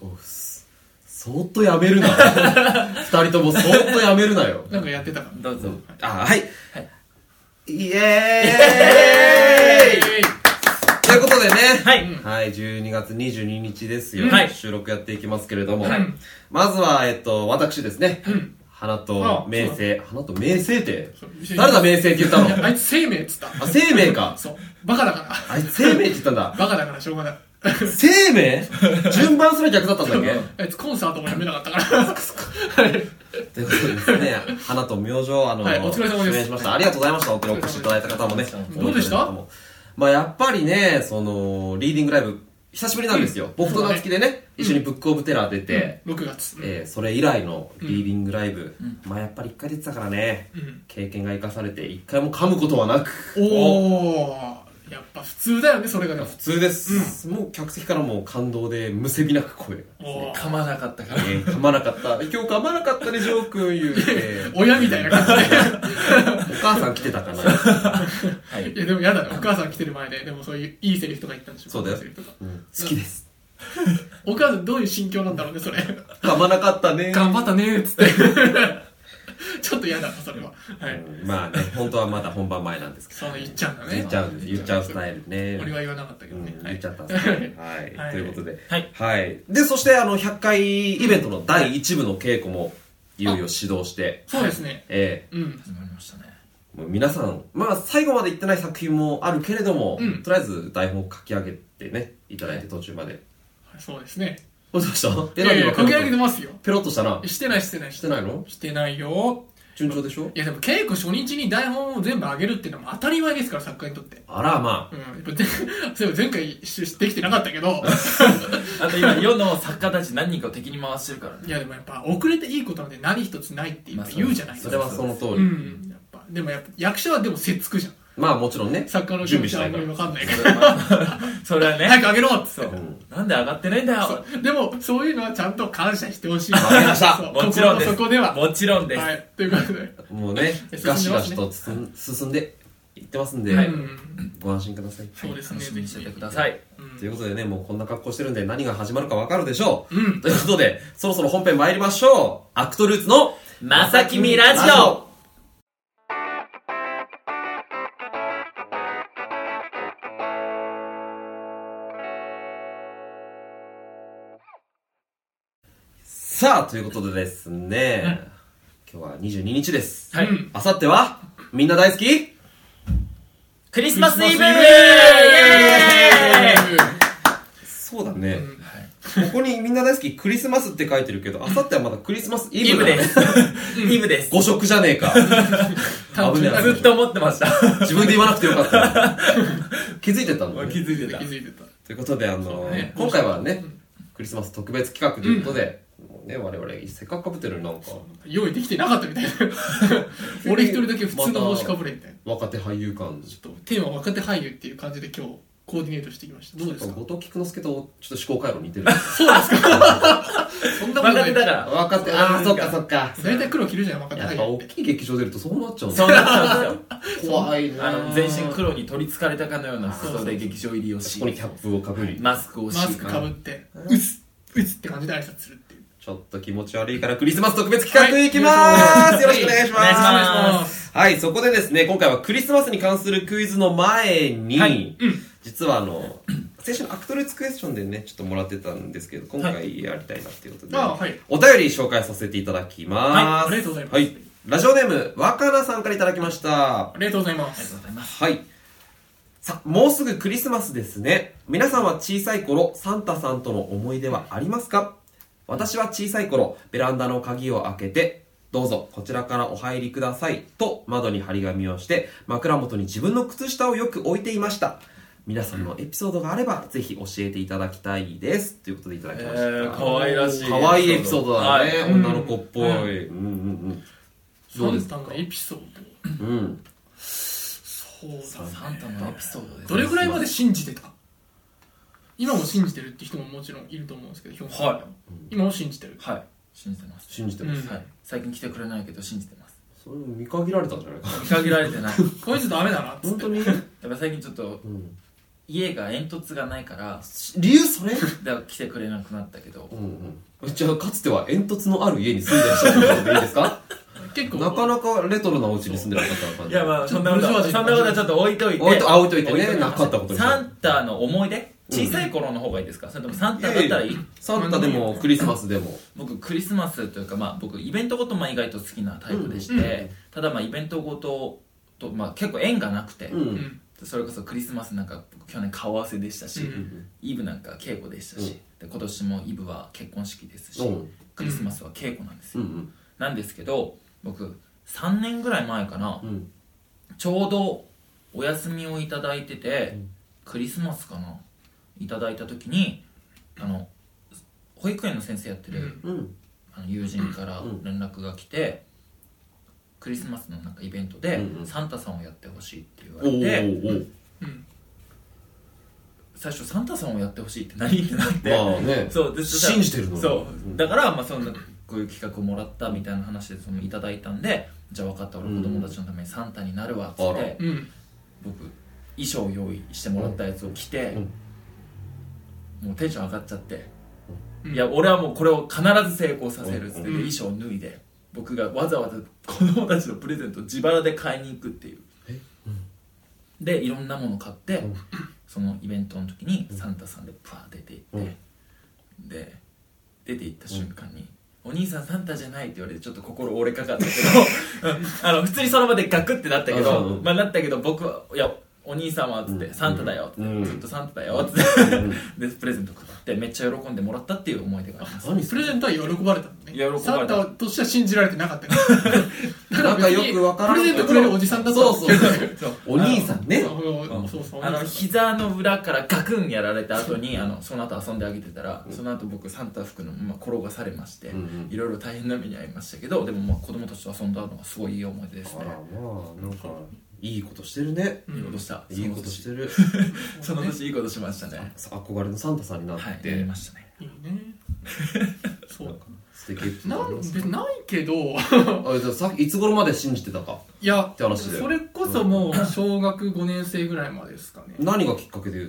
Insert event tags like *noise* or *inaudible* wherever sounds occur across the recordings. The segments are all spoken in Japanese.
おすそっとやめるな *laughs* 二人ともそっとやめるなよなんかやってたかどうぞ。あはい、はイら。エーイえということでねはい。はい、12月22日ですよ、はい収録やっていきますけれども、はいまずは、えっと、私ですね、花あとあ明星花と明星ってそう誰だ明星って言 *laughs* ったのあいつ生命っつった。あ生命かそう。バカだから。あいつ生命って言ったんだバカだからしょうがない。生命 *laughs* 順番すら逆だったんだっけあいつコンサートもやめなかったから。はいということでですね、 *laughs* 花と明星、あの、はいお疲れ様です出演しました。ありがとうございました。お手お越しいただいた方もね。どうでしたまあやっぱりね、その、リーディングライブ、久しぶりなんですよ。僕と夏希でね、一緒にブックオブテラー出て、 6月。えーそれ以来のリーディングライブ。まあやっぱり一回出てたからねん、経験が生かされて、一回も噛むことはなく。おー。やっぱ普通だよね、それがでも。普通です。もう客席からもう感動で、むせびなく声が。おー噛まなかったかえー噛まなかった。今日噛まなかったね、ジョー君言うて。親みたいな感じお母さん来てたかな。ら。は *laughs* いで。い。や、でもやだね。お母さん来てる前で、でもそういういいセリフとか言ったんでしょそうだよセリフとか好きです。お母さんどういう心境なんだろうね、それ。噛まなかったね。頑張ったねーっつって。 *laughs* ちょっと嫌だな、それは。はい。まあね、本当はまだ本番前なんですけど。その言っちゃうんだね。言っちゃうんです。言っちゃうスタイルね。俺は言わなかったけうどんね。は言っいちゃったんですね。はい。はいということで。はい。はい。で、そして、あの、100回イベントの第1部の稽古も、いよいよ始動して、そうですね。えうん。始まりましたね。えもう皆さん、まあ、最後まで行ってない作品もあるけれども、うんとりあえず台本を書き上げてね、いただいて途中まで。そうですね。どうしたいやいペや、ロ書ッきと上げてますよ。ペロッとしたな。してない、してない、してないのしてないよ。順調でしょいや、でも稽古初日に台本を全部あげるっていうのも当たり前ですから、作家にとって。あら、まあ。うん。やっぱでそういえば前回しできてなかったけど、あと今、世の作家たち何人かを敵に回してる *laughs* からね。いや、でもやっぱ遅れていいことなんて何一つないって今まあ言うじゃないですそか。れはその通り。うん。やっぱ、でもやっぱ役者はでもせっつくじゃん。まあ、もちろんね。作家の気準持備ちしはたあいんかまりら。わかんないかそれはそれはら。ね。早くあげろっつそって。う。なんで上がってないんだよ。でも、そういうのはちゃんと感謝してほしい。わかりましたもちろんです。そこでは。もちろんです。はい。ということで。もうね、進んでますねガシガシと進ん進んでいってますんで、うん。ご安心ください。そうですね。楽しみにしててください。うんということでね、もうこんな格好してるんで何が始まるかわかるでしょう。うんということで、そろそろ本編参りましょう。アクトルーツの、まさきみラジオさあ、ということでですね、今日は22日です。はい。うんあさっては、みんな大好きクリスマスイブイクリスマスイブエーイそうだね。ここにみんな大好きクリスマスって書いてるけど、あさってはまだクリスマスイブイブだです。イブです。誤食じゃねえ *laughs* か。危ねえずっと思ってました。自分で言わなくてよかった。気づいてたの、ね、づい気づいてた。ということで、あの、ね今回はね、クリスマス特別企画ということで、もうね、我々、せっかくかぶってるのになんか、用意できてなかったみたいな。俺一人だけ普通の帽子かぶれみたいな。若手俳優感、ちちょっとテーマは若手俳優っていう感じで今日コーディネートしてきました。どうでょすっとか後藤菊之助とちょっと思考回路似 *laughs* てる。そんなこと分かっなてい。たか大ら。若手、ああ、そっかそっか。体黒着るじゃん、若手やっ俳ぱ優大って。きい劇場出るとそうなっちゃうそうなっちゃうんですよ。う怖いなあぁの、全身黒に取り憑かれたかのような服装で劇場入りをしそこ、にキャップをかぶり、マスクをマし、スクかぶって、うつ、うつって感じで挨拶するっていう。ちょっと気持ち悪いからクリスマス特別企画いきまーはすいよろしくお願いしまお願いしますすはい、そこでですね、今回はクリスマスに関するクイズの前に、はい実はあの、先週のアクトルーツクエスチョンでね、ちょっともらってたんですけど、今回やりたいなっていうことで、あはいお便り紹介させていただきます。はいありがとうございますはい、ラジオネーム、若菜さんからいただきました。ありがとうございまありがとすう。ございます。はい。さ、もうすぐクリスマスですね。皆さんは小さい頃、サンタさんとの思い出はありますか私は小さい頃、ベランダの鍵を開けて、どうぞこちらからお入りくださいと窓に張り紙をして、枕元に自分の靴下をよく置いていました。皆さんのエピソードがあれば、ぜひ教えていただきたいです。ということでいただきました。えー可愛らしい可愛いエピソードだね。はい女の子っぽい。うんうんサンタのエピソード。うん。うん。そうだね。サンタのエピソードです。どれぐらいまで信じてた今も信じてるって人ももちろんいると思うんですけど、ひょんさんはい今も信じてる。はい。信じてます。信じてます。うんはい。最近来てくれないけど信じてます。それも見限られたんじゃないかな。 *laughs* 見限られてない。こいつダメだなっつ本って当。にやっぱ最近ちょっとうん家が煙突がないから理由それだから来てくれなくなったけどうんうんじゃあかつては煙突のある家に住んでらっしゃったことでいいですか結構なかなかレトロなお家に住んでらっしゃった感いじやまあそんなことはちょっとそんなことはちょっと置いといて置いとあ置いといてね置なかったことにしようサンタの思い出小さい頃の方がいいですかそれともサンタだったらいいサンタでもクリスマスでも僕クリスマスというかまあ僕イベントごとまあ意外と好きなタイプでして、うんうんただまあイベントごととまあ結構縁がなくて、うんうんそれこそクリスマスなんか僕去年顔合わせでしたし、うんイブなんか稽古でしたし、で今年もイブは結婚式ですし、うんうんクリスマスは稽古なんですうよ、んなんですけど僕3年ぐらい前かな、うんちょうどお休みをいただいてて、うんクリスマスかないただいた時にあの保育園の先生やってる、うんうんあの友人からうん連絡が来て、クリスマスのなんかイベントで、うんうんサンタさんをやってほしいって言わおーおれてーうん最初サンタさんをやってほしいって何ってなって、おーまあねそうで信じてるのそううんだから、まあ、そんなこういう企画をもらったみたいな話でそのいただいたんでじゃあ分かった俺子供たちのためにサンタになるわっつあっらて、うん僕衣装を用意してもらったやつを着て、うんもうテンション上がっちゃって、うんいや俺はもうこれを必ず成功させるっつって、うんで衣装を脱いで僕がわざわざ子供たちのプレゼントを自腹で買いに行くっていうえでいろんなもの買って、うんそのイベントの時にサンタさんでパー出て行って、で出て行った瞬間に、お兄さんサンタじゃないって言われてちょっと心折れかかったけ *laughs* どうんあの普通にその場でガクってなったけど、うんうんまあなったけど僕は「いやお兄さんは」っつって、うんサンタだよ」っつって、うんずっとサンタだよ」っつって、 *laughs* でプレゼント配ってめっちゃ喜んでもらったっていう思い出があります何そプれレゼントは喜ばれたのね喜ばれたサンタとしては信じられてなかったから *laughs* なんかよくわからんプレゼントくれるおじさんだったそうそうそううそうお兄さんねそうそうそうあの膝の裏からガクンやられた後にあのその後遊んであげてたら、その後僕サンタ服のまま転がされまして、うんうんいろいろ大変な目に遭いましたけどでもまあ子供たちと遊んだのがすごいいい思い出ですあねらまあなんかいいことしてるねういいことんした、いいことしてるその年いいことしましたねさ憧れのサンタさんになっはいやりてましたねいい *laughs* ねそなんうか素敵エピソーなドありんますでないけどあじゃあさいつ頃まで信じてたかいやって話でそれこそもう小学5年生ぐらいまでですかね何がきっかけで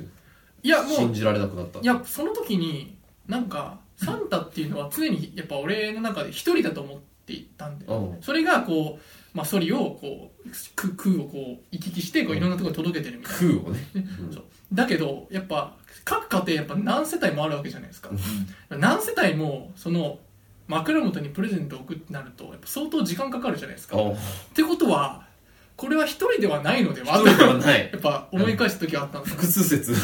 いやもう信じられなくなったいやその時になんかサンタっていうのは常にやっぱ俺の中で一人だと思っていたんだよ、うんそれがこう、まあ、ソリをこうく空をこう行き来してこういろんなところに届けてるみたいな、空をねうん *laughs* そうだけどやっぱ各家庭やっぱ何世帯もあるわけじゃないですか、何世帯もその枕元にプレゼントを送ってなるとやっぱ相当時間かかるじゃないですか、っあてことはこれは一人ではないのでは一人ではない *laughs* *laughs* やっぱ思い返す時はあったんですよ、複数説っ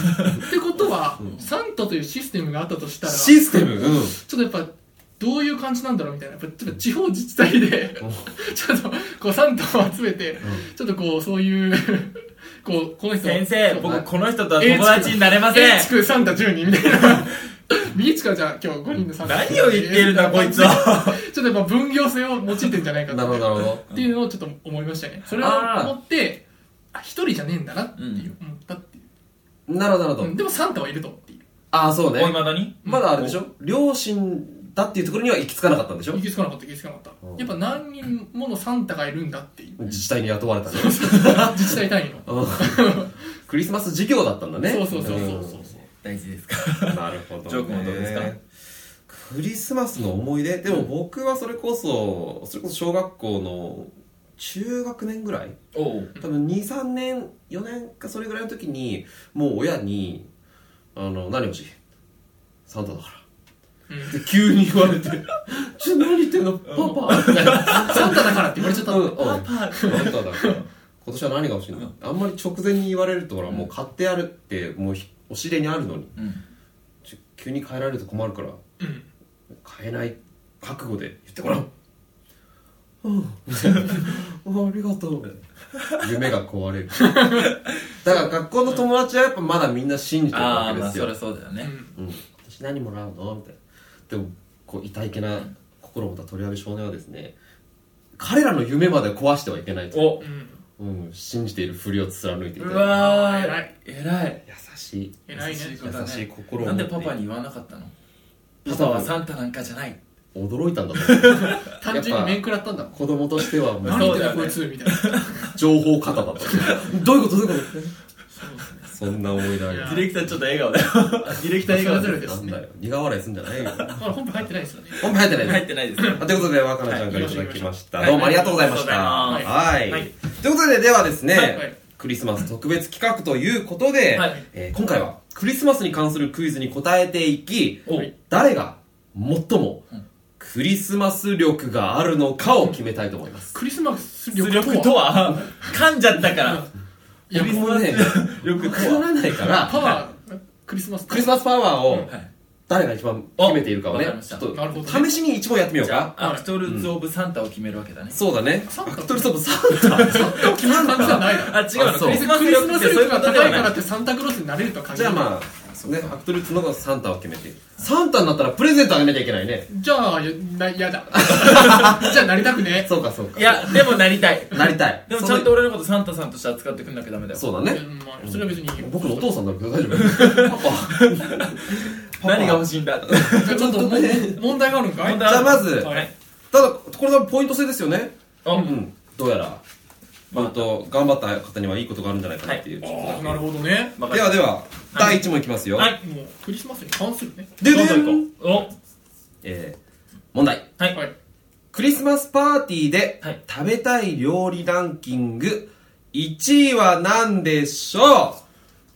てことは、うんサンタというシステムがあったとしたらシステムうんちょっとやっぱどういう感じなんだろうみたいなやっぱちょっと地方自治体で *laughs* ちょっとこうサンタを集めてちょっとこうそういう *laughs* こうこの人先生そう僕この人とは友達になれません A 地区サンタ10人みたいな B 地区はじゃあ今日5人のサンタ何を言ってるん *laughs* だこいつはちょっとやっぱ分業制を用いてんじゃ *laughs* ないかなるほどなるほどっていうのをちょっと思いましたねそれをあー思ってあ一人じゃねえんだなっていう思ったっていう、なるほどなるほうどんでもサンタはいると思っているああそうねおいまだにまだあれでしょ両親だっていうところには行き着かなかったんでしょ気づかなかった気づかなかった、うんやっぱ何人ものサンタがいるんだっ *laughs* ていう自治体に雇われたね自治体単位うのんクリスマス授業だったんだねそうそうそうそうそうそう大事ですかうんなるほどねジョークもどうですかクリスマスの思い出でも僕はそれこそそれこそ小学校の中学年ぐらいおう多分23年4年かそれぐらいの時にもう親に「あの何欲しいサンタだから」うんって急に言わ *laughs* れて「ちょ何言ってんのパパ」みたいなサンタだからって言われちゃったうんの、うんサンタだから今年は何が欲しいのあんまり直前に言われるとほらもう買ってやるってもうひ押し入れにあるのにうんちょ急に変えられると困るからうん買えない覚悟で言ってごらんうん、 *laughs* ありがとう夢が壊れるだから学校の友達はやっぱまだみんな信じてるあわあけでまあすそよ、りゃそうだよね、うん、私何もらうのみたいなでもこう痛いけな心を持った取り上げ少年はですね彼らの夢まで壊してはいけないと、おうんうんうん、信じているふりを貫いていてうわー偉い偉い優しい偉いね優しい子だ優ねしい心をな持んってでいるパパに言わなかったのパパパパははサンタなんかじゃない驚いたんだと思 *laughs* う単純に面食らったんだもん子供としてはもう何言ってんそうだだよねこいつみたいな情報過多だったどういうことどういうことそんな思い出ありいまやすディレクターちょっと笑顔だよディレクター笑そ顔れぞれででなんすねだよ苦笑いすんじゃないよだから本部入ってないですよね本編入ってないです入ってないですよあということで、若菜ちゃんからいただきました。どうもありがとうございました。はいはい。はいということで、ではですね、はいはいクリスマス特別企画ということで、はいえー今回はクリスマスに関するクイズに答えていき、おはい誰が最もうんクリスマス力があるのかを決めたいと思います。クリスマス出力力とは噛んじゃったからいやクリスマスね、よく変わらないかパら、ワークリスマスクリスマスパワーをはい誰が一番決めているかをねおわかり、ましちょたっなるほどとね試しに一問やってみようじゃか。あはいアクトルズ・オブ・サンタを決めるわけだねそうだね。サアンタクトルソブサンタ。サンタを決めるんだ感じじゃないあ違うのあそうクリスマスクリスマ力っスてそうい力うがことで高はいからなっいてサンタクロースになれるとは限じゃらあないまあ、ね、アクトルツのサンタを決めて、サンタになったらプレゼントあげなきゃいけないね。じゃあやな *laughs* やだじゃあなりたくねそうか、そうか。い、やでもなりたいなりたい。でもちゃんと俺のことサンタさんとして扱ってくんなきゃダメだよそううだね。んまあそれは別にいいよ僕のお父さんだけど大丈夫。パパ。 *laughs* 何が欲しいしいんだってじ *laughs* ゃあちょっともん問題があるんかいじ問題ゃあまず、はいただ、これはポイント制ですよね。あう、ん。どうやら、まあ本当頑張った方にはいいことがあるんじゃないかなっていう。あーなるほどねまではでは、第1問いきますよ。はいもうクリスマスに関するねででんどんどん行こうえー問題。おはいはいクリスマスパーティーではい食べたい料理ランキング1位は何でしょい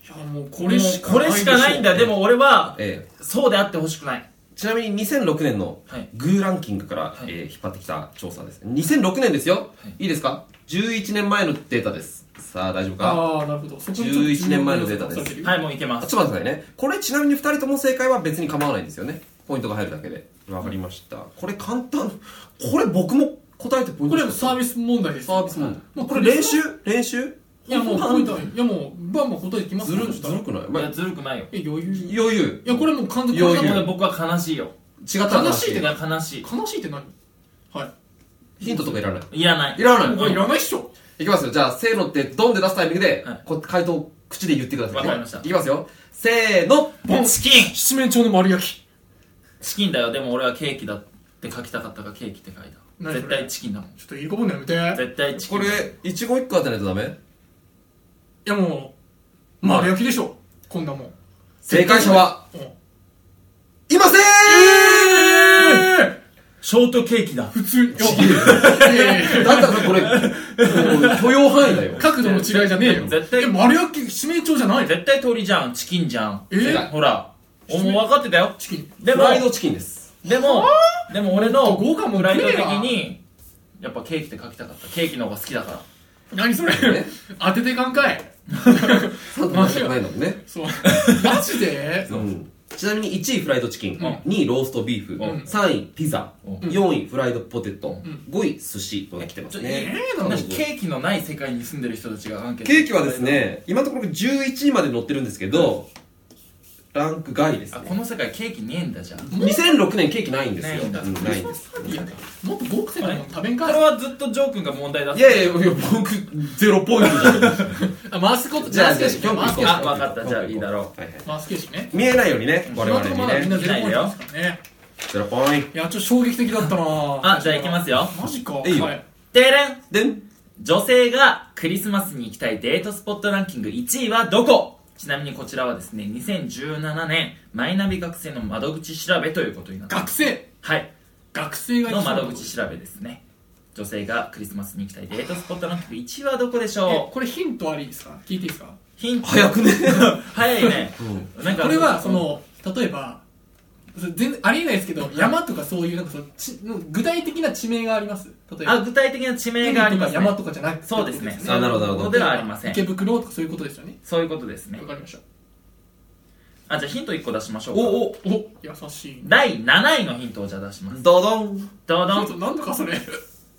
やもうここれれししかないでしょないんだでも俺はえそうであってほしくないうちなみに2006年のはいグーランキングから、はいえー引っ張ってきた調査です2006年ですよ、はいい、いですか11年前のデータですさあ大丈夫かああなるほどそこにちょっと11年前のデータです注目がはいもういけまあすちょっと待ってくださいねこれちなみに2人とも正解は別に構わないんですよねポイントが入るだけでわかりましたこれ簡単これ僕も答えてポインこトれはサービス問題ですサービス問題もうこれ練習練習いやもう答えいやもうバンバン答えてきますずよるそしずたらるくない、いまあやずるくないよえ余裕い余裕やこれもう完全に余裕これではもも僕は悲しいよ違ったら悲しいってが悲しう悲しいって何はいヒントとかいらないいいらないいらないこれいらないっしょいきますよ。じゃあ、せーのって、ドンで出すタイミングで、はいこ回答を口で言ってくださいね。わかりましたいきますよ。せーの。チキン七面鳥の丸焼きチキンだよでも俺はケーキだって書きたかったからケーキって書いた何それ絶対チキンだもんちょっといいこぼんのやめてい絶対チキこンれ、一言一句当てないとダメやもう丸焼きでしょこんなもん正解者は、うんいませんえショートケーキだー普通いやいやいやいやだったらこれ、もう許容範囲だよ。角度の違いじゃねえよ絶対え丸焼き七面鳥じゃないの絶対鳥じゃんチキンじゃんえーほらおもう分かってたよチキンでフもライドチキンです。でもでも俺の豪華もんフライド食え的やにやっぱケーキって書きたかったケーキの方が好きだから何それね当ててかんかいサンタじゃないんだもんね。そうマジでうんちなみに1位フライドチキン、2位ローストビーフ、ん3位ピザ、うん4位フライドポテト、ん5位寿司と来てますね。えー同じケーキのない世界に住んでる人たちがアンケートケーキはですね、今のところ11位まで載ってるんですけど、ランク外ですあこね。の世界ケーキねえんだじゃんこ2006年ケーキないんですよ。ないんだうんクなリいスんマでスす。パーティーやでもっと豪華なもの食べんかれいはずっとジョー君が問題だっいたやいや、いや僕、ゼロポイントじゃん。あ回すこ *laughs* とじゃあ、じゃ回あ、すキョ形式ンね回す君行形式こあわかったじゃあいいだろう。はいはい回す形式ね見えないようにね、我今の々とこにまだみんなね。ゼロポイントですからねゼロポイント。いやちょっと衝撃的だったなあじゃあいきますよマジかいいよはいてれんでん女性がクリスマスに行きたいデートスポットランキング1位はどこちなみにこちらはですね2017年マイナビ学生の窓口調べということになってます学生はい学生がの窓口調べですね女性がクリスマスに行きたいデートスポットランキング1位はどこでしえょうこれヒントありですか聞いていいですかヒント早くね。 *laughs* 早いね、なんかこれはその例えばそれ全然ありえないですけど山とかそういうなんかそのち具体的な地名があります例えばあ具体的な地名があります、ね、海とか山とかじゃなくてそうですねあなるほどなるほどそうではありません池袋とかそういうことですよねそういうことですねわかりましたあじゃあヒント1個出しましょうかおお、お優しい第7位のヒントをじゃあ出しますドドン。どうちょっどとんなんとかそれ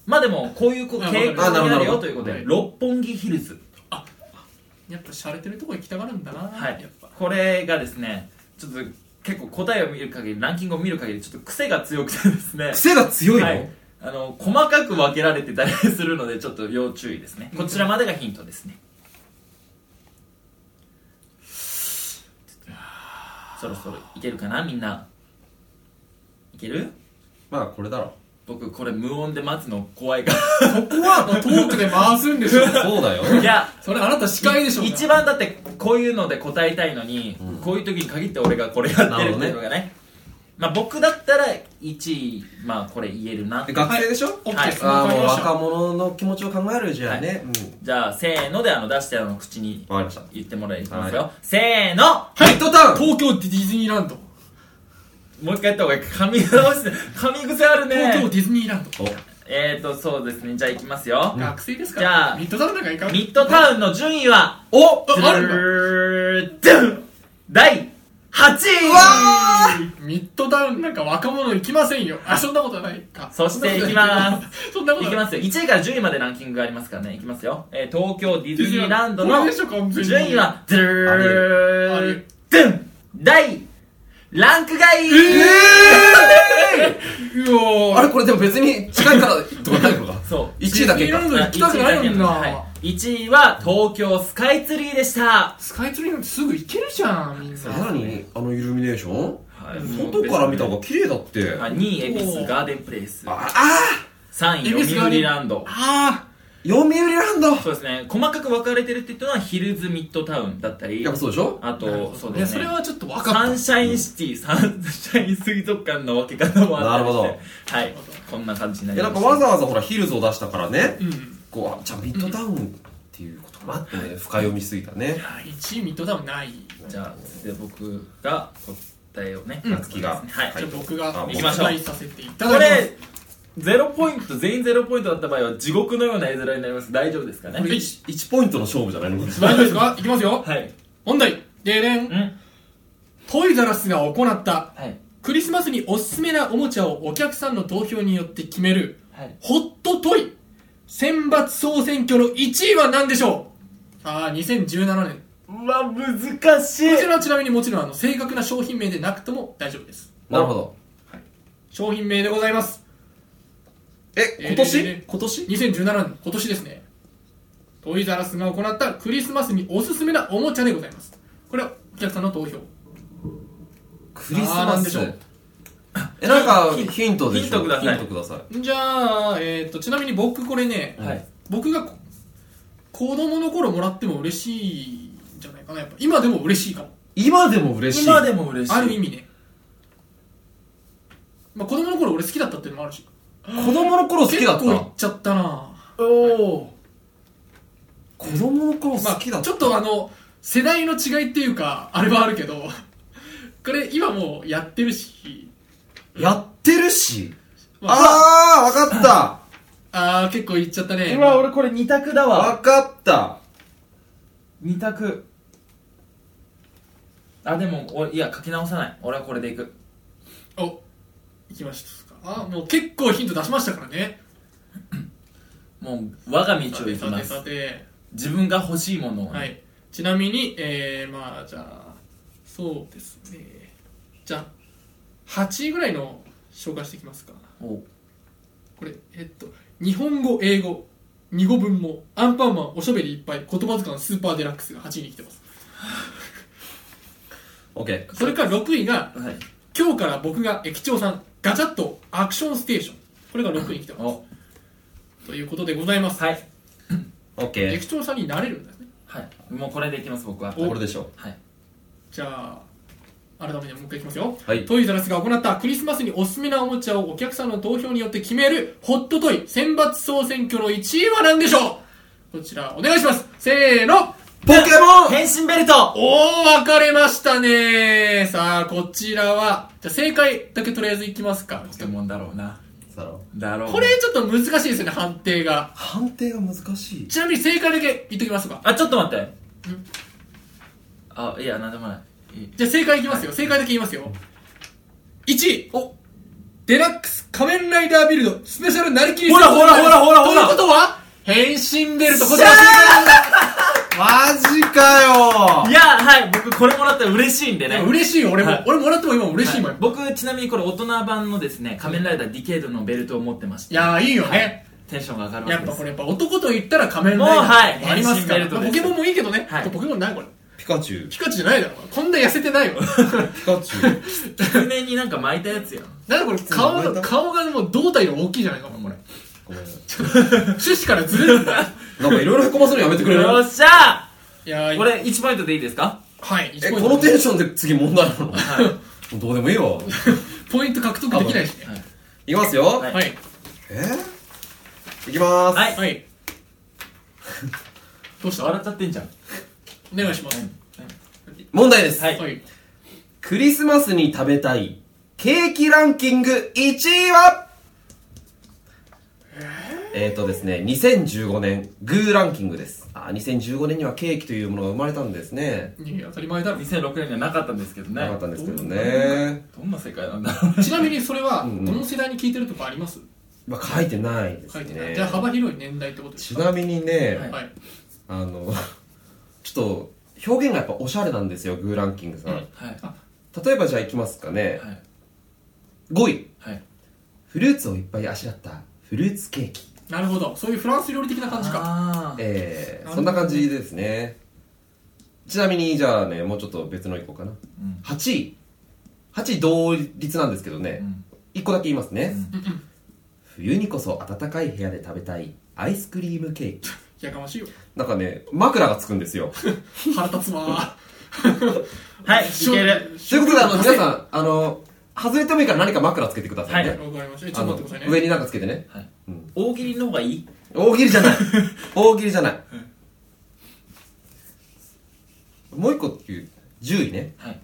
まあでもこういうこあ傾わかるあ向にななるるほどよということはでい六本木ヒルズやっぱ洒落てるとこ行きたがるんだなはいやっぱこれがですねちょっと結構答えを見る限りランキングを見る限りちょっと癖が強くてですね癖が強いの、はい、あの細かく分けられてたりするのでちょっと要注意ですねこちらまでがヒントですねそろそろいけるかなみんないけるまあ、これだろ。僕これ無音で待つの怖いかそこはまあトークで回すんでしょ *laughs* そうだよ。 *laughs* らいやそれあなた司会でしょうが一番だってこういうので答えたいのに、うんこういう時に限って俺がこれやってるっていうのがねまあ僕だったら1位まあこれ言えるなで学生でしょ、 OK はいですああ、わかもりうました若者の気持ちを考えるじゃあね。うん。じゃあせーのであの出してあの口にわかりました。言ってもらいますよ、せーのはい、トタン東京ディズニーランドもう一回やった方がいい噛み直して噛み癖ある東京ねディズニーランドお、えーとそうですねじゃあいきますよ、学生ですかじゃらあミッドタウンなんか行かんミッドタウンの順位はおああるんだずるーん第8位ミッドタウンなんか若者行きませんよあそんなことはないかそして行きますそんなこいときないますよ。1位から10位までランキングがありますからね。いきますよ。えー東京ディディズズニニーーラランンドドのこれでしょ完全に順位は、ずありあるりーん第ランク外うおーあれこれでも別に近いからとかない *laughs* のかそう。 ?1 位だけディズニーか。ランド行きたくないのにな、はい、1位は東京スカイツリーでした。スカイツリーなんてすぐ行けるじゃんみんなさらにあのイルミネーションはい外から見た方が綺麗だって。あ2位、恵比寿ガーデンプレイス。ああ3位、恵比寿ガ読ーデン売ランド。あー読売ランドそうですね。細かく分かれてるって言ったのは、ヒルズミッドタウンだったりやっ、ぱそうでしょああなるほと、どそういでやすそねれ。はちょっと分かサっンシャインシティ、サンシャイン水族館の分け方もあったりしてなるほはい、こんな感じにないりやまなんしかわたざわざほらヒルズを出したからねた、うんこうあじゃあミッドタウンっていうことかなってね深読みしすぎたね1位ミッドタウンないじゃあ続いて僕が答えをねうん夏希がはい、はじゃあ僕があお僕行きましょう伝えさせていたこだきれ *laughs* ゼロポイント全員ゼロポイントだった場合は地獄のような絵面になります大丈夫ですかねこれ 1, ポイントの勝負じゃないのます大丈夫ですかいきますよはい問題でれうんんトイザらスが行ったはいクリスマスにおすすめなおもちゃをお客さんの投票によって決めるはいホットトイ選抜総選挙の1位は何でしょうさあ2017年うわ難しいこちらはちなみにもちろんあの正確な商品名でなくても大丈夫ですなるほど商品名でございますええー今年、えー今年2017年今年ですねトイザらスが行ったクリスマスにおすすめなおもちゃでございますこれはお客さんの投票クリスあーなマんでしスょうえなんかヒントでしょヒントくださいヒントくださいじゃあ、えー、とちなみに僕これね、はい僕がこ子供の頃もらっても嬉しいんじゃないかなやっぱ今でも嬉しいかも今でも嬉しい今でも嬉しいある意味ね、まあ、子供の頃俺好きだったっていうのもあるし子供の頃好きだった結構いっちゃったなおお子供の頃まあ好きだった、ちょっとあの世代の違いっていうかあれはあるけどこれ今もうやってるし、やってるしまあああーわかったあー結構いっちゃったね今俺これ2択だわわかった二択あでもおいや書き直さない俺はこれでいくおいきましたかあもう結構ヒント出しましたからねもう我が道さをて行きさまてすさて自分が欲しいものをね、はいちなみにえー、まあじゃあそうですねじゃあ8位ぐらいの紹介していきますかおこれえっと日本語英語2語分もアンパンマンおしゃべりいっぱい言葉図鑑スーパーデラックスが8位に来てます OK それから6位がはい今日から僕が駅長さんガチャッとアクションステーションこれが6位に来てますおということでございます、はい駅 OK 長さんになれるんですねはいもうこれでいきます僕はこれでしょはいじゃあ改めてもう一回いきますよはいトイザらスが行ったクリスマスにおすすめなおもちゃをお客さんの投票によって決めるホットトイ選抜総選挙の1位は何でしょうこちらお願いしますせーのポケモン変身ベルトおー分かれましたねさあこちらはじゃあ正解だけとりあえずいきますかポケモンだろうなだろだろうなこれちょっと難しいですね判定が判定が難しいちなみに正解だけ言っときますかあちょっと待ってあいやなんでもないいいじゃあ正解いきますよ正解だけ言いますよ1位おデラックス仮面ライダービルドスペシャルなりきりほらほらほらほらほらということは変身ベルトこちらしゃマジかいよやはい僕これもらったら嬉しいんでねね嬉しいよ俺も、はい俺もらっても今嬉しいもん、はいい、僕ちなみにこれ大人版のですね仮面ライダーディケードのベルトを持ってましてやーいいよね、テンションが上がるわやけっでぱすこれやっぱ男と言ったら仮面ライダーもうはいありますから変身ベルトですポケモンもいいけどね、はいポケモンないこれピカチュウピカチュウじゃないだろこんな痩せ *laughs* てないわピカチュウ *laughs* 狐になんか巻いたやつやんなんかこれ顔の顔がもう胴体が大きいじゃないかお前こごれめんなさ趣旨からずれるんだよいなんかい *laughs* ろいろへこますのやめてくれるよっしゃいやーこれ1ポイントでいいですかはいえ1ポイこのントテンションで次問題なのはい *laughs* どうでもいいわポイント獲得できないしねはいいきますよ、はいはいえー、いきます、はいはいどうした笑っちゃってんじゃんお願いします問題です、はいはいクリスマスに食べたいケーキランキング1位はえーとですね、2015年、グーランキングです。あー、2015年にはケーキというものが生まれたんですね。いや当たり前だろ2006年にはなかったんですけどねなかったんですけどね。どんな世界なんだろうちなみにそれはうんうんどの世代に聞いてるとかありますまあ、書いてないです書いてないねじゃあ。幅広い年代ってことですちかなみにね、はいはいあの、 *laughs* ちょっと、表現がやっぱおしゃれなんですよ、グーランキングさん。うんはい例えばじゃあいきますかね。はい5位、はいフルーツをいっぱいあしらったフルーツケーキ。なるほどそういうフランス料理的な感じかあーえなるほー、どそんな感じですねちなみにじゃあねもうちょっと別のいこうかなうん8位8位同率なんですけどうね、ん一1個だけ言いますね、うんうんうん冬にこそ暖かい部屋で食べたいアイスクリームケーキやかましいよなんかね枕がつくんですよ腹立つわはいいける *laughs* ということであの皆さんんあの外れてもいいから何か枕つけてくださいね、はわかりましたえちあょっのと待ってくださいね上に何かつけてねはいうん大喜利の方がいい大喜利じゃない大喜利じゃない、もう一個っていう10位ねはい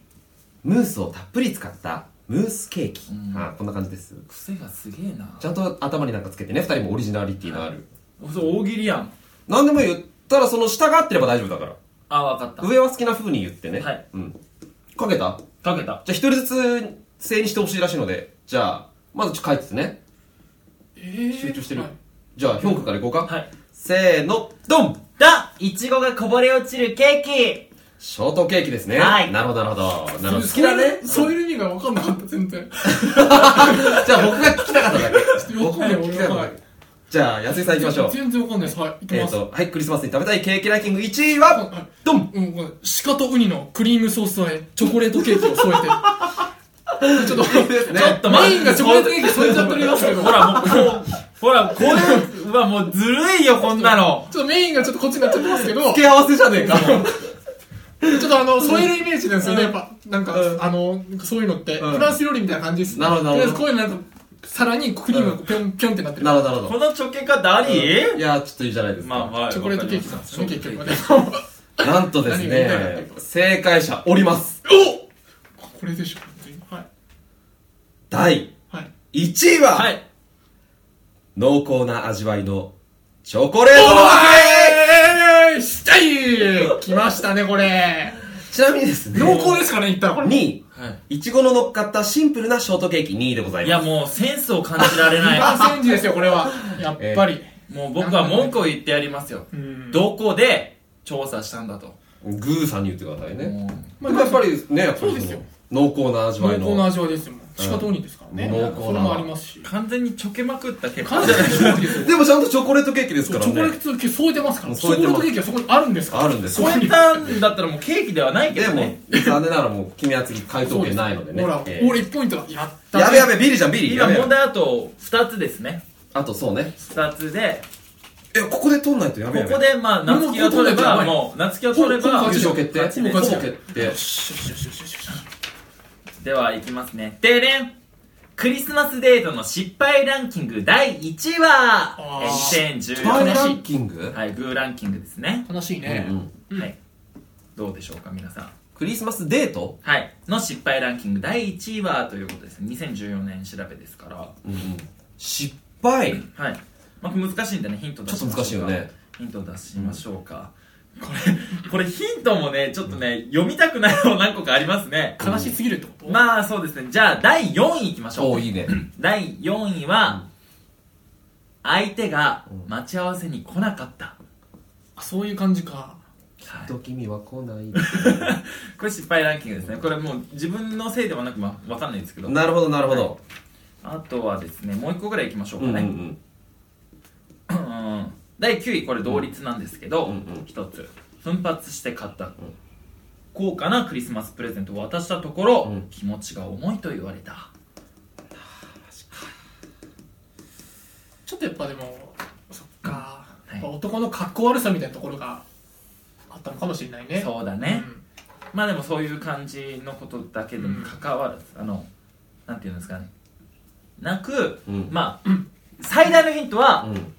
ムースをたっぷり使ったムースケーキ、うんはいこんな感じです癖がすげえなちゃんと頭になんかつけてね2人もオリジナリティのある、そう大喜利やん何でも言ったらその下があってれば大丈夫だからあわかった上は好きな風に言ってねはいうん、かけたかけたじゃあ1人ずつ正にしてほしいらしいのでじゃあまずちょっと書いててねえー集中してる、はいじゃあ評価からいこうか、はいせーのドンだいちごがこぼれ落ちるケーキショートケーキですね、はいなるほどなるほどなるほど好そきういだうねそういう意味が分かんなかった全然 *laughs* じゃあ僕が聞きたかっただけよく僕がない聞きたかっただけじゃあ安井さんいきましょう全然わかんないですはいいきえまーすと、はい、クリスマスに食べたいケーキランキング1位は、はいドンうんごめんシカとウニのクリームソース和えチョコレートケーキを添えてち *laughs* ょっとねちょっとメインがチョコレートケーキ添えちゃっておりますけどほらもうこうほらこういううわもうずるいよこんなのちょっとメインがちょっとこっちになっちゃってますけど、ち付け合わせじゃねえか。ょっとあの、添えるイメージなんですよね、やっぱ。なんかう、んあの、そういうのって、うんフランス料理みたいな感じです。なるほどなるほどとりあえずこういうのなんか、皿にクリームがぴょんぴょんってなって *laughs* るな。るほど、なるほこのチョケかダど。リいや、ちょっといいじゃないですか。まあまあチョコレートケーキさんですよね、チョ結コレー局はねトケーキ。 *laughs* なんとです何が言いたいかっねていう、と正解者おります。おこれでしょ、はい。第はい。 1位は、はい濃厚な味わいのチョコレートのケえーしたい来ましたね、これ。ーキちなみにですね、濃厚ですかね、言ったらこれ。 2位、はいちごの乗っかったシンプルなショートケーキ2位でございいいやます。もうセンスを感じられ2な番い *laughs* 煎じですよ、これは。やっぱり。もう僕は文句を言ってやりますようんどこで調査したんだとグーさんに言ってくださいね。もままああ、やっぱりね、やっぱりそうですよ濃厚な味濃わい厚の。な味わいですよ。シカとウニですからね。濃厚なそれもありますしう。完全にチョケまくった結果完全に正直ですよ。でもちゃんとチョコレートケーキですチからョコレねー。トケーキ添えてますから、チョ添えてコレーまトすケーキはそこにあるんですから。あるんです超えたんだったらもうケーキではないけでどもね、残念ながらもう君は次回答権ないのでね。ほら、えー俺1ポイントだ。やった。やべやべ、ビリじゃん、ビリ。今やべや問べ題あと2つですねあとそうね。 2つでえ、ここで取んないとやこべやべ。こでまあ夏希を取ればもう夏希を取ればほぼ優勝決定。勝ちですほぼ決定。ではいきますねでれんクリスマスデートの失敗ランキング第1位はあえー2014パイ年ランキングはいグーランキングですね、悲しいねう。んうんはいどうでしょうか皆さんクリスマスデートはいの失敗ランキング第1位はということです2014年調べですから失敗。はい、まあ、難しいんでねヒント出ちょっしとましょうか難しいよね。ヒント出しましょうか、これこれヒントもねちょっとね読みたくないの何個かありますね悲しすぎるってことあ、まあそうですねじゃあ第4位いきましょおうーいいね。第4位は、相手が待ち合わせに来なかった、そういう感じか。はいと君は来ない。これ失敗ランキングですねこれもう自分のせいではなく、まあ、わかんないですけどなるほど、なるほど。あとはですねもう一個ぐらいいきましょううんかうんうね、ん。うん第9位これ同率なんですけど、うんうん一つ奮発して買った、高価なクリスマスプレゼントを渡したところ、うん気持ちが重いと言われたちょっとやっぱでもそっか、いやっぱ男の格好悪さみたいなところがあったのかもしれないねそうだうね、んまあでもそういう感じのことだけでも関わらず、あのなんていうんですかねなく、うんまあ、最大のヒントは、うん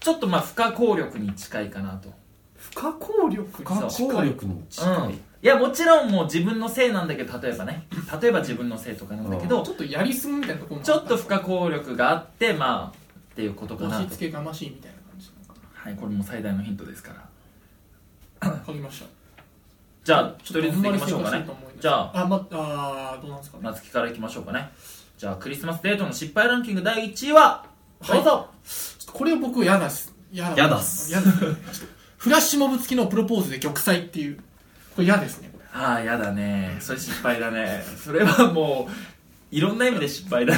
ちょっとまあ不可抗力に近いかなと不可抗力不可抗力のうん、いやもちろんもう自分のせいなんだけど例えばね例えば自分のせいとかなんだけど、ちょっとやりすぎみたいなところもちょっと不可抗力があってまあっていうことかな押しとつけがましいみたいな感じなのかはいこれも最大のヒントですからなわかりましたじゃあ一人ずついきましょうかねじゃああ、ま、あーどうなんですかね。夏希からいきましょうかねじゃあクリスマスデートの失敗ランキング第1位はどうぞ、ちょっとこれ僕嫌だっす。嫌だ嫌だっす嫌だちょっとフラッシュモブ付きのプロポーズで玉砕っていう。これ嫌ですね、これ。ああやだねそれ失敗だねそれはもういろんな意味で失敗だ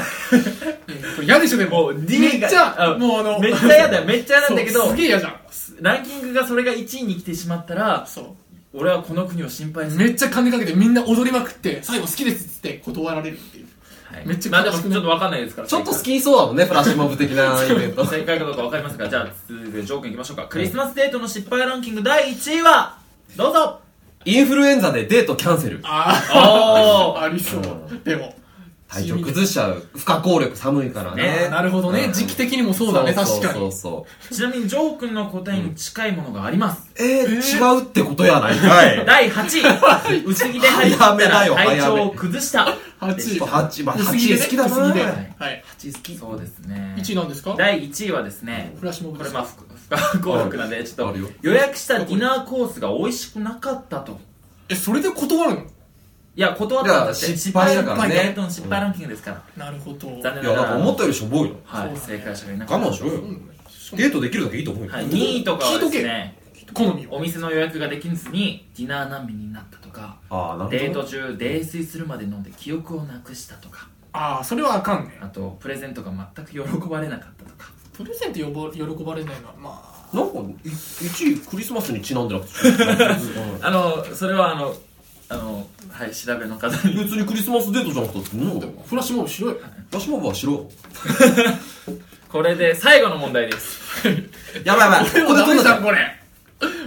えーこれ嫌でしょ、でも。 *laughs* もう D がめっちゃ、あもうあの、 *laughs* めっちゃ嫌だよめっちゃ嫌なんだけどそうすげえ嫌じゃん。ランキングがそれが1位に来てしまったらそ俺はこの国を心配う。するめっちゃ金かけてみんな踊りまくって、最後好きですっつって断られるっていう。はいめっちゃまあで悲しもちくなょっいとわかんないですからちょっと好きそうだもんねフラッシュモブ的 *laughs* なイベント正解かどうかわかりますがじゃあ続いてジョー君いきましょうかクリスマスデートの失敗ランキング第1位はどうぞインフルエンザでデートキャンセルあ *laughs* あ、ありそうう。でも。体調崩しちゃう不可抗力寒いからあねーなるほどね。うん時期的にもそうだね、確かそうに。そうちなみにジョー君の答えに近いものがあります、そうえー、違うってことやないかい第8位 *laughs* 薄着で入ったら体調を崩した8位。 8まあ薄着で8ね好きだ薄な着で8はい。好きそうですね1位なんですか第1位はですねフラッシュモブこでれすまあ不不可抗力なんでちょあっとるよ予約したディナーコースが美味しくなかったとえ、それで断るのいや断ったんだっていや失敗だからね失敗デートの失敗ランキングですから、なるほど。残念いやなながんらか思ったよりしょぼいよはそういです正解者がいなかった我慢しろようんデートできるだけいいと思うよ、はい、2位とかはですね好みをお店の予約ができずにディナー難民になったとかああなるほどデート中泥酔するまで飲んで記憶をなくしたとかああそれはあかんねあとプレゼントが全く喜ばれなかったとかプレゼント呼ば喜ばれないのはまなんかい一位クリスマスにちなんでなくてうんあのそれはあのあのはい調べの方に別にクリスマスデートじゃなくたってなんだよあフラッシュモブしろよ私もまあしろこれで最後の問題ですやばいやばいここでダ飛んだメじじゃゃんんこれ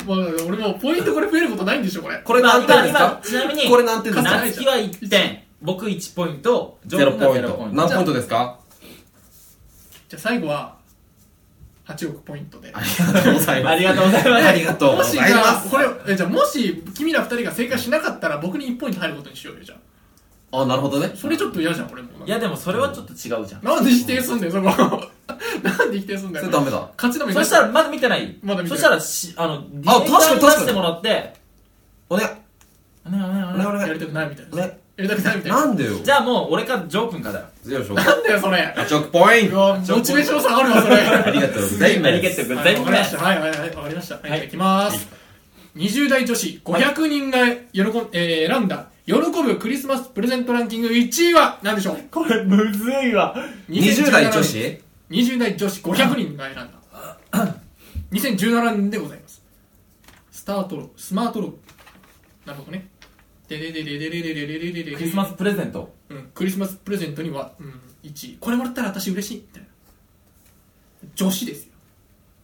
まあ俺もうポイントこれ増えることないんでしょこれ *laughs* これ何点ですまかあ今今ちなみにこれ何点ですか夏希は1点僕1ポイントジョゼーロ君がポイゼンロトポイント何ポイントですかじゃあ最後は8億ポイントでありがとうございあますりがとうございますありがとうもごしじざいまゃあすこれえじゃあもし君ら2人が正解しなかったら僕に1ポイント入ることにしようよじゃああなるほどねそれちょっと嫌じゃん俺もいやでもそれはちょっと違うじゃん、なんで否定すんだよそこなんで否定すんだそよれダメだ勝ちだめそしたらまだ見てないまだ見てないそしたらしあのディあ確かに確かに出してもらってお願いお願いお願いおお願い願いお願やいりたくないみたいなやねりたくないみたいななんでよじゃあもう俺かジョー君かだよよいしょなんだよそれ8億ポインうトわモチベーション下がるわそれありがとうございますありがとうごはざい、いわかまりましすた。はい、はい、はい、わかりました。はい、はじいゃあいきます。20代女子500人が喜ん、えー選んだ、喜ぶクリスマスプレゼントランキング1位は何でしょうこれむずいわ20代女 ?2017 子年 ?20 代女子500人が選んだ。2017年でございます。スタートロ、スマートロック。なるほどね。ででででででででででででクリスマスプレゼントうん、クリスマスプレゼントには、うん、1位これもらったら私嬉しいみたいな女子ですよ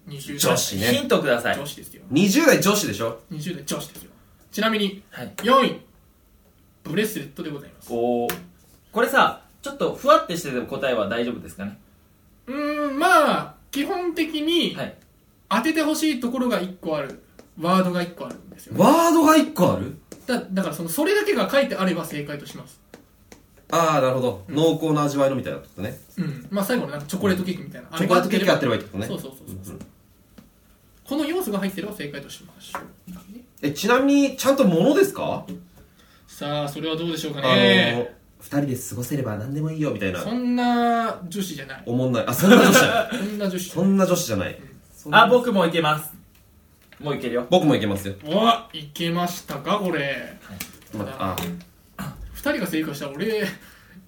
20代女子ねヒントください女子ですよ20代女子でしょ20代女子ですよちなみにはい4位ブレスレットでございますおおこれさちょっとふわってしてても答えは大丈夫ですかねうーんまあ基本的にはい当ててほしいところが1個あるワードが1個あるんですよワードが1個あるだだからそのそれだけが書いてあれば正解としますああなるほど濃厚な味わいのみたいなことねうんまあ最後のなんかチョコレートケーキみたいな、チョコレートケーキやってればばいいってことねそうそうそうそうそうこの要素が入ってれば正解としましょうえちなみにちゃんと物ですかさあそれはどうでしょうかあのねー二人で過ごせれば何でもいいよみたいなそんな女子じゃない思んないあそんな女子じゃ *laughs* ないそんな女子じゃそないんな女子じゃないあ僕もいけますもういけるよ僕もいけますよおいけましたかこれまああ二人が正解したら俺 *laughs*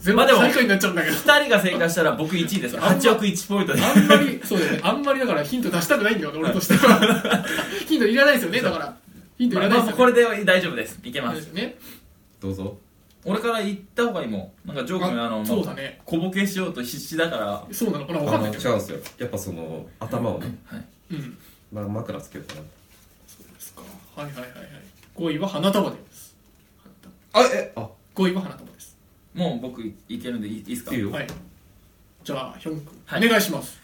ゼまロあでも最下位になっちゃうんだけど2人が正解したら僕1位ですあんま8億1ポイントであん *laughs* まりそうだよねあんまりだからヒント出したくないんだよね俺としてはヒントいらないですよねだからヒントいらまあないでまあすよねこれで大丈夫ですいけまですすよねどうぞ俺から言った方がいいもんなんかジョー君ああのそうだね小ボケしようと必死だからそうなのかなあわのかん違なうんでいけすどよやっぱその頭をね、はいうんまあ、枕つけようかなそうですかはいはいはいはい5位は花束ですあえあ5位は花束ですもう僕いけるんでいいいいですかいいよはいじゃあヒョン君、はいお願いします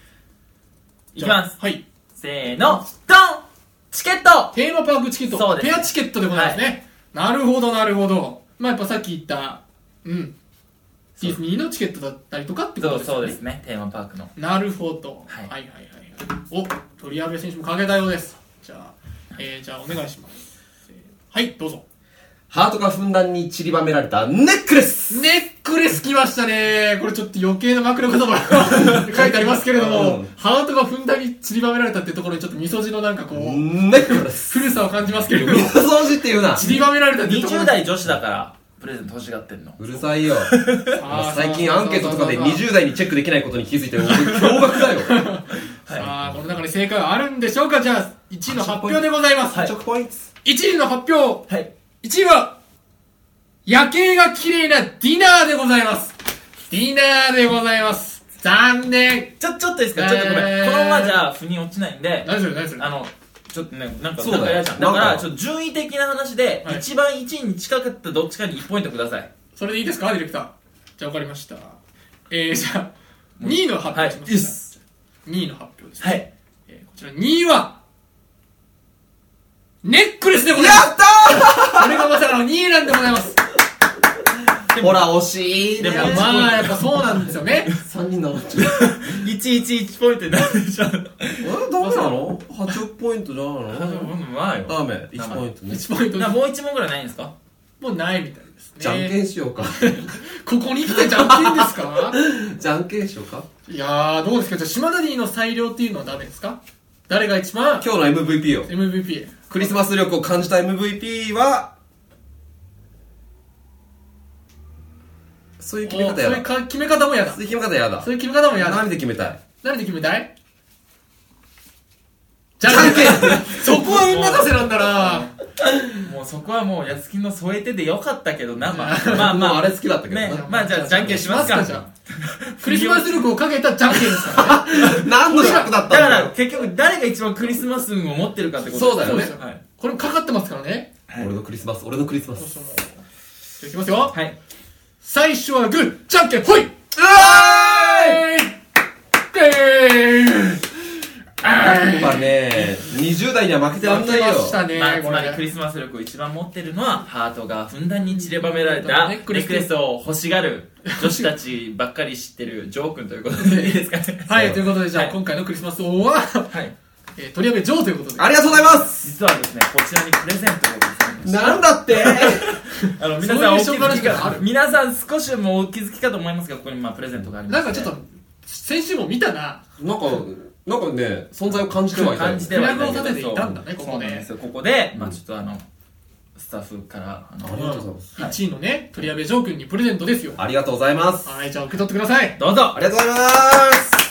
いきますじゃあはいせーのドンチケットテーマパークチケットそうですペアチケットでございますね、なるほどなるほどまあやっぱさっき言ったうんディズニーのチケットだったりとかってことそうですそようねですねテーマパークのなるほど、ははいい、はいはいはいお鳥谷部選手もかけたようですじゃあ、えー、じゃあお願いしますせーはいどうぞハートがふんだんに散りばめられたネックレスネックレスきましたねこれちょっと余計な枕言葉が *laughs* 書いてありますけれども、うんハートがふんだんに散りばめられたってところにちょっとみそじのなんかこう、ネックレス古さを感じますけれどもみ *laughs* んな掃除って言うな散りばめられたってところ20代女子だからプレゼント欲しがってんのうるさいよ *laughs* あー最近アンケートとかでそうそうそうそう20代にチェックできないことに気づいて俺驚愕だよはさあこの中に正解はあるんでしょうかじゃあ1位の発表でございます、発着ポイント1位の発表いはい1位は夜景が綺麗なディナーでございますディナーでございます残念ちょちょっといいですかちょっとごめん、えーこのままじゃ腑に落ちないんで何それ何それあのちょっとねなんかそうだなよんか嫌じゃんだかなんらかちょっと順位的な話で、はい一番1位に近かったどっちかに1ポイントくださいそれでいいですかディレクターじゃあ分かりましたえー、じゃあ2位の発表しまはいいいっすす、 2位の発表です、はいえーこちら2位はネックレスでございやますったこれがまさかの2位なんでございますーほら惜しいでねもまあやっぱそうなんですよね3人並っちゃ111ポイントになるでし *laughs* ょうえダメなの発着ポイントじゃなあでもうまいよダメ1ポイントね1ポイントなもう1問ぐらいないんですかもうないみたいですねじゃんけんしようかここに来てじゃんけんですかじゃんけんしようかいやーどうですかじゃあ島田 D の裁量っていうのは誰ですか誰が一番今日の MVP よ MVP クリスマス力を感じた MVP はそういう決めお方そうやいだうか決め方も嫌だそういう決め方やだそういう決め方も嫌だ何で決めたい何で決めたいじじゃゃんんけけんんそこは運任せなんだなもうそこはもう安金の添えてでよかったけどなまあままああままあああれ好きだったけどねなまあじゃあじゃんけんしますかじゃあクリスマス力をかけたじゃんけんですからね何の尺だったんだかだらよ結局誰が一番クリスマス運を持ってるかってことそうだよねですはいこれもかかってますからね俺のクリスマス俺のクリスマスじゃあいきますよ、はい最初はグーじゃんけんほいうわえーえーいやっぱね20代には負けてらんないよ負けましたねまあ、つこまれりクリスマス力を一番持ってるのはハートがふんだんに散りばめられうんたネッネッククレレススを欲しがる女子たちばっかり知ってるジョー君ということ *laughs* でいいですかねはい、ということで、じゃあ、はい今回のクリスマス王は、はいえー、鳥籔ジョーということで。ありがとうございます実はですねこちらにプレゼントをございましたなんだってあの皆さんお気そういうづ紹き介があかる皆さん少しもお気づきかと思いますがここにまあプレゼントがありまなすんかちょっと、先週も見たな。 *laughs* なんかなんかね存在を感じてはいたよ感じてはいたけどフラグを立てていたんだねそうここでそうなんですよここで、まあちょっとあのスタッフからああのりがとうございますはい1位のね、鳥籔ジョー君にプレゼントですよ。ありがとうございますはい、じゃあ、受け取ってください。どうぞありがとうございます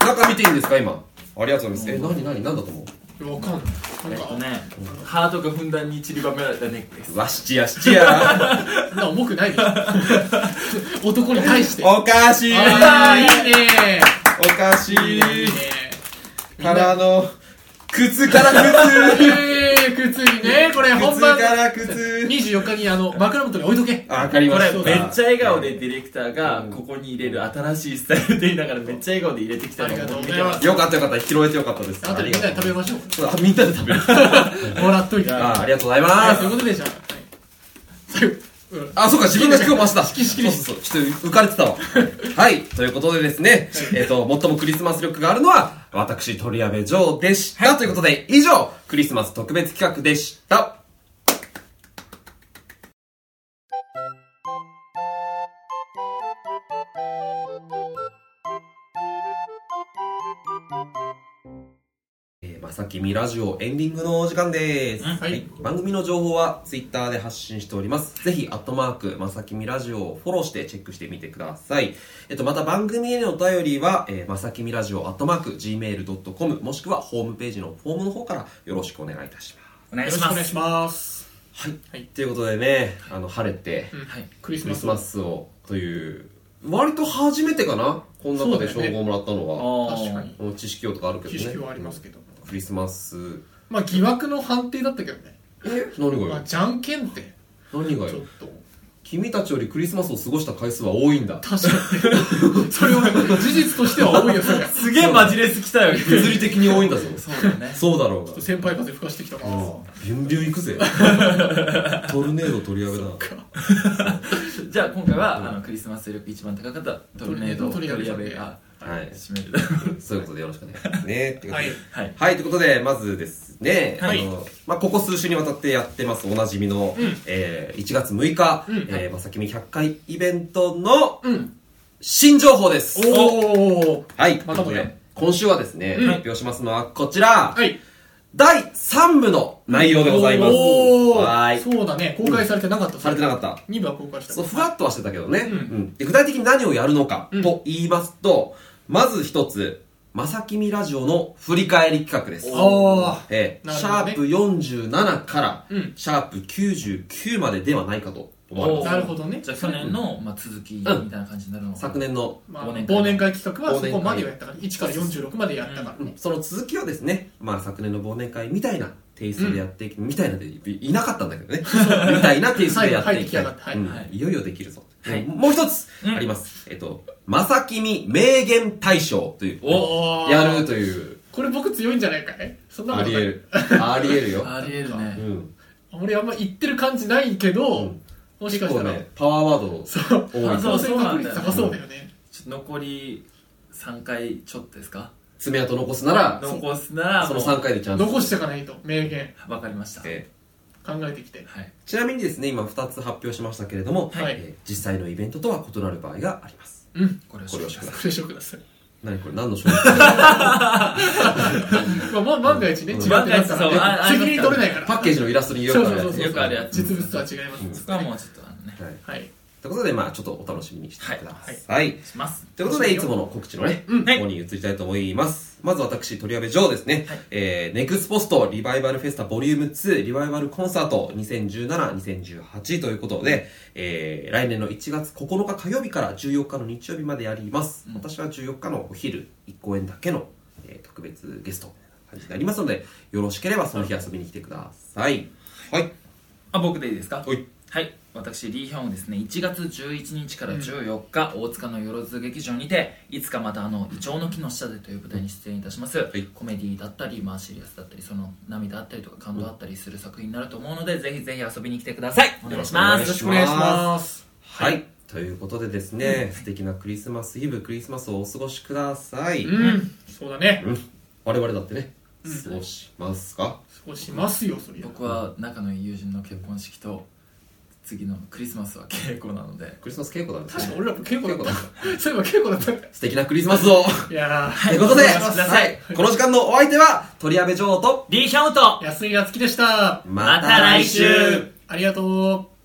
中見ていいんですか今ありがとうございますえ何何何だと思いやわかんえなっい。なとんか、ねハートがふんだんに散りばめられたネックレスうわしちやしち *laughs* やそんな重く *laughs* ないでしょ。男に対して。あおかしいー、いいねおかしいいいねみんなの靴からえー、靴にね、これ本番、ら靴24日にあの、枕元に置いとけ。あわかりこまれしめたっちゃ笑顔でディレクターがここに入れる新しいスタイルって言いながらめっちゃ笑顔で入れてきたのありがとうございます見てよかったよかった拾えてよかったですあとみんなで食べましょあみんなで食べるう。もらっといて。あありがとうございはまい、といすうことでじゃあ、はい、最後、うん、あ、そうか、自分が聞こました。しきしきりそうそうそう。ちょっと浮かれてたわ。はい。ということでですね、えっ、と、最もクリスマス力があるのは、私、鳥矢部城でした。ということで、以上、クリスマス特別企画でした。えーまあ、さきみラジオエンディングのお時間です。うんはい番組の情報はツイッターで発信しております。ぜひ、アットマーク、まさきみラジオをフォローしてチェックしてみてください。えっと、また番組へのお便りは、えーまさきみラジオ、アットマーク、gmail.com、もしくはホームページのフォームの方からよろしくお願いいたしまお願いよろししくまお願いすします。す。はい。はいということでね、あの、晴れて、うんはいクリスクマリススマスを、という、割と初めてかなこの中でそ称うだよね号をもらったのは。確かにもう知識量とかあるけどね知識はありますけど、クリスマスまあ疑惑の判定だったけどね、え何がまあ、よじゃんけんって何ちょがっよと君たちよりクリスマスを過ごした回数は多いんだ確かにそれは事実としては多いよそれはすげえマジレス来たよ物理的に多いんだぞそうだねそうだろうが先輩風吹かしてきたからうんビュンビュン行くぜ *laughs* トルネード取り上げだ *laughs* じゃあ今回は、うんあのクリスマス力一番高かったトルネードトルネードトルネードがはい締めるそういうことでよろしくねねってことではいはいはい、ということで、まずですね、はいあの、まあ、ここ数週にわたってやってます、おなじみの、うんえー1月6日、うんえーまさきみ100回イベントのうん新情報ですおおはい、またもとやいうことで今週はですね、うん発表しますのはこちら、はい第3部の内容でございます。おーはーい。そうだね公開されてなかった、されてなかった。 2部は公開したそう、ふわっとはしてたけどね。うんうんで具体的に何をやるのかうんと言いますと、まず一つ、まさきみラジオの振り返り企画です。あーええなるシほャどーねプ47から、うんシャープ99までではないかと思われます。なるほどねじゃあ去年の、まあ、続きみたいな感じになるのかな昨年の、まあ、忘年会忘年会企画はそこまではやったから1から46までやったからね、その続きをですね、まあ昨年の忘年会みたいなテイストでやっていき、みたいなでいいなかったんだけど *laughs* ね。みたいなテイストでやっていきたい。はいはいうんはいいよいよできるぞ。はいもう一つうんあります。えっと、まさきみ名言大賞という、おーやるという、これ僕強いんじゃないかねそんなこあとりなえいる。ありえ *laughs* るよ。ありえるうねん。俺あんま言ってる感じないけど、うんもし結かした構ら、ね、パワーワードそう多いそそううそそううな確んだよ率高そうだよねちょっと残り3回ちょっとですか爪痕残すなら、残すならそものう3回でチャンス。残していかないと名言わかりましたえ考えてきてはいーちなみにですね、今2つ発表しましたけれども、はいえー実際のイベントとは異なる場合があります。うんこれをこれをしてくださいそれしようください何これ何の賞ですかまあまあ万が一ね違うっんてなった万が一そうあらあね責任取れないからパッケージのイラストによそうくあそうるやつそうそうねよくあるやつ実物とは違いますそこはもうちょっとあのねはい。はいということで、まあちょっとお楽しみにしてください。はいしますということで、いつもの告知のね、うん方に移りたいと思います。まず私、鳥籔城ですね。はいえー、ネクスポストリバイバルフェスタボリューム2リバイバルコンサート2017、2018ということで、えー、来年の1月9日火曜日から14日の日曜日までやります。うん私は14日のお昼、1公演だけの、えー特別ゲストみたいな感じになりますので、よろしければその日遊びに来てください。はい。あ僕でいいですかはい。はい私リーヒョンをですね1月11日から14日、大塚のよろず劇場にていつかまたあの「イチョウの木の下で」という舞台に出演いたします、いコメディだったりまあシリアスだったりその涙だったりとか感動だったりする作品になると思うので、ぜひぜひ遊びに来てくださいお願いしますよろしくおお願願いいししまますはい、ということでですね、素敵なクリスマスイブクリスマスをお過ごしください、うんそうだねうん我々だってねうん過ごしますか、そうしますよそりゃ僕は仲のいい友人の結婚式と次のクリスマスは稽古なのでクリスマス稽古だね確か俺らも稽古だった稽 *laughs* そういえば稽古だったんだ素敵なクリスマスをいやーということで、お願しますはい、この時間のお相手は鳥矢部城とリーヒョンと安井なつきでしたまた来週ありがとう